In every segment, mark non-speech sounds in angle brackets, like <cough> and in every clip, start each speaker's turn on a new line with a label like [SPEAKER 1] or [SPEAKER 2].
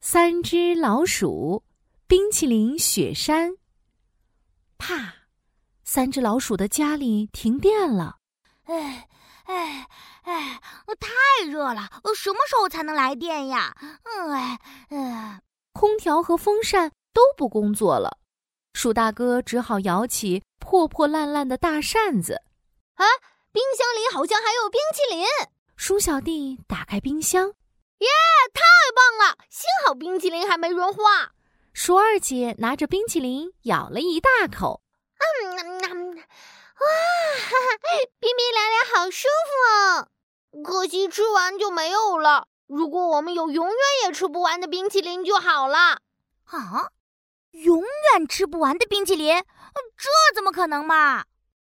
[SPEAKER 1] 三只老鼠，冰淇淋雪山。啪！三只老鼠的家里停电了。
[SPEAKER 2] 哎哎哎，太热了，什么时候才能来电呀？哎哎，
[SPEAKER 1] 空调和风扇都不工作了，鼠大哥只好摇起破破烂烂的大扇子。
[SPEAKER 3] 啊，冰箱里好像还有冰淇淋！
[SPEAKER 1] 鼠小弟打开冰箱，
[SPEAKER 3] 耶，太棒了！幸好冰淇淋还没融化。
[SPEAKER 1] 鼠二姐拿着冰淇淋咬了一大口，
[SPEAKER 3] 嗯，嗯哇， <laughs> 哈哈，冰冰凉凉，好舒服哦！可惜吃完就没有了。如果我们有永远也吃不完的冰淇淋就好了。
[SPEAKER 2] 啊，永远吃不完的冰淇淋，这怎么可能
[SPEAKER 3] <laughs>
[SPEAKER 2] 嘛？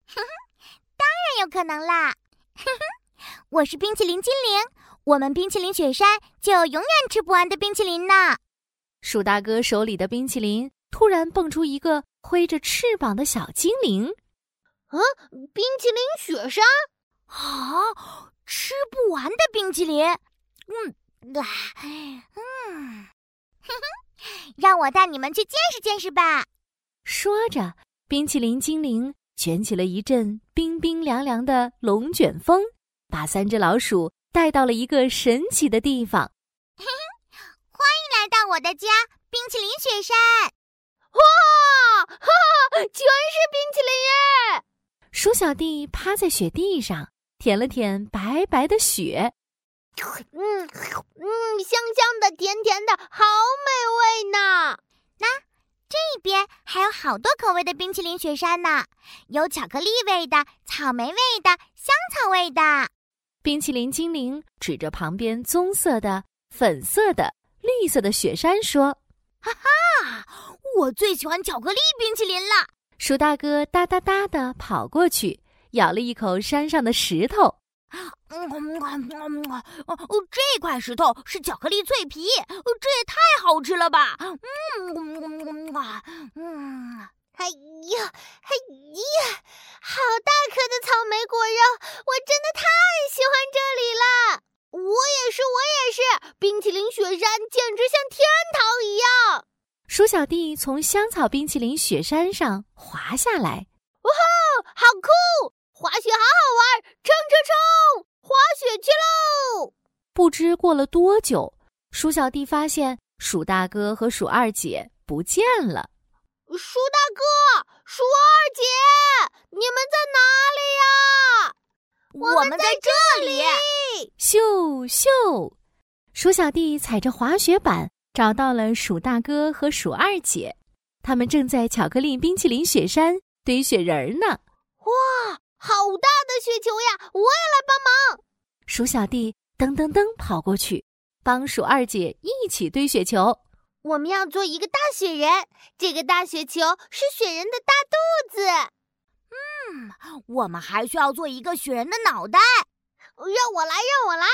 [SPEAKER 4] 哼哼，当然有可能啦！
[SPEAKER 2] 哼哼， <laughs> 我是冰淇淋精灵，我们冰淇淋雪山就有永远吃不完的冰淇淋呢。
[SPEAKER 1] 鼠大哥手里的冰淇淋突然蹦出一个挥着翅膀的小精灵，
[SPEAKER 3] 啊，冰淇淋雪山
[SPEAKER 2] 啊，吃不完的冰淇淋，嗯，啊，嗯，
[SPEAKER 4] 哼哼，让我带你们去见识见识吧。
[SPEAKER 1] 说着，冰淇淋精灵卷起了一阵冰冰凉凉的龙卷风，把三只老鼠带到了一个神奇的地方。
[SPEAKER 4] 嘿嘿。欢迎来到我的家——冰淇淋雪山！
[SPEAKER 3] 哇，哈哈，全是冰淇淋耶！
[SPEAKER 1] 鼠小弟趴在雪地上，舔了舔白白的雪，
[SPEAKER 3] 嗯嗯，香香的，甜甜的，好美味呢！
[SPEAKER 4] 那、啊、
[SPEAKER 2] 这边还有好多口味的冰淇淋雪山呢，有巧克力味的、草莓味的、香草味的。
[SPEAKER 1] 冰淇淋精灵指着旁边棕色的、粉色的。绿色的雪山说：“
[SPEAKER 2] 哈哈，我最喜欢巧克力冰淇淋了。”
[SPEAKER 1] 鼠大哥哒哒哒的跑过去，咬了一口山上的石头。
[SPEAKER 2] 嗯嗯嗯、这块石头是巧克力脆皮，这也太好吃了吧！嗯
[SPEAKER 3] 嗯，哎呀哎呀，好大颗的草莓果肉！我真的太喜欢这里了。我也是，我也是！冰淇淋雪山简直像天堂一样。
[SPEAKER 1] 鼠小弟从香草冰淇淋雪山上滑下来，
[SPEAKER 3] 哇、哦，好酷！滑雪好好玩，冲冲冲，滑雪去喽！
[SPEAKER 1] 不知过了多久，鼠小弟发现鼠大哥和鼠二姐不见了。
[SPEAKER 3] 鼠大哥，鼠二姐，你们在哪里呀？
[SPEAKER 2] 我们在这里。
[SPEAKER 1] 咻咻，鼠小弟踩着滑雪板找到了鼠大哥和鼠二姐，他们正在巧克力冰淇淋雪山堆雪人呢。
[SPEAKER 3] 哇，好大的雪球呀！我也来帮忙。
[SPEAKER 1] 鼠小弟噔噔噔跑过去，帮鼠二姐一起堆雪球。
[SPEAKER 3] 我们要做一个大雪人，这个大雪球是雪人的大肚子。
[SPEAKER 2] 嗯，我们还需要做一个雪人的脑袋。
[SPEAKER 3] 让我来，让我来！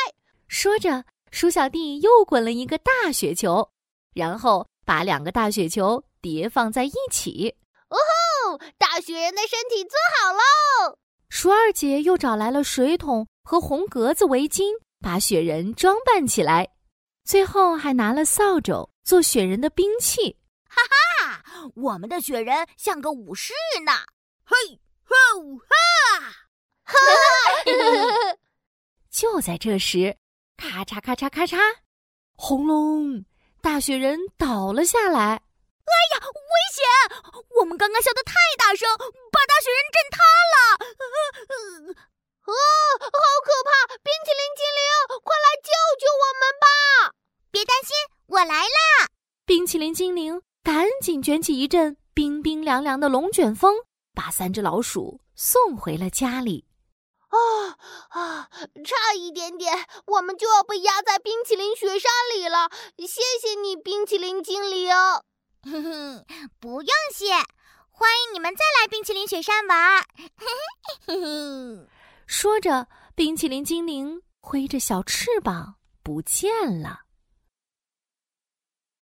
[SPEAKER 1] 说着，鼠小弟又滚了一个大雪球，然后把两个大雪球叠放在一起。
[SPEAKER 3] 哦吼！大雪人的身体做好喽！
[SPEAKER 1] 鼠二姐又找来了水桶和红格子围巾，把雪人装扮起来。最后还拿了扫帚做雪人的兵器。
[SPEAKER 2] 哈哈！我们的雪人像个武士呢！嘿，吼哈！
[SPEAKER 3] 哈哈！
[SPEAKER 1] 就在这时，咔嚓咔嚓咔嚓，轰隆！大雪人倒了下来。
[SPEAKER 2] 哎呀，危险！我们刚刚笑得太大声，把大雪人震塌了。
[SPEAKER 3] 啊、呃呃，好可怕！冰淇淋精灵，快来救救我们吧！
[SPEAKER 4] 别担心，我来啦！
[SPEAKER 1] 冰淇淋精灵赶紧卷起一阵冰冰凉凉的龙卷风，把三只老鼠送回了家里。
[SPEAKER 3] 啊啊！差一点点，我们就要被压在冰淇淋雪山里了。谢谢你，冰淇淋精灵。
[SPEAKER 4] 嘿嘿，不用谢，欢迎你们再来冰淇淋雪山玩。嘿
[SPEAKER 1] 嘿，说着，冰淇淋精灵挥着小翅膀不见了。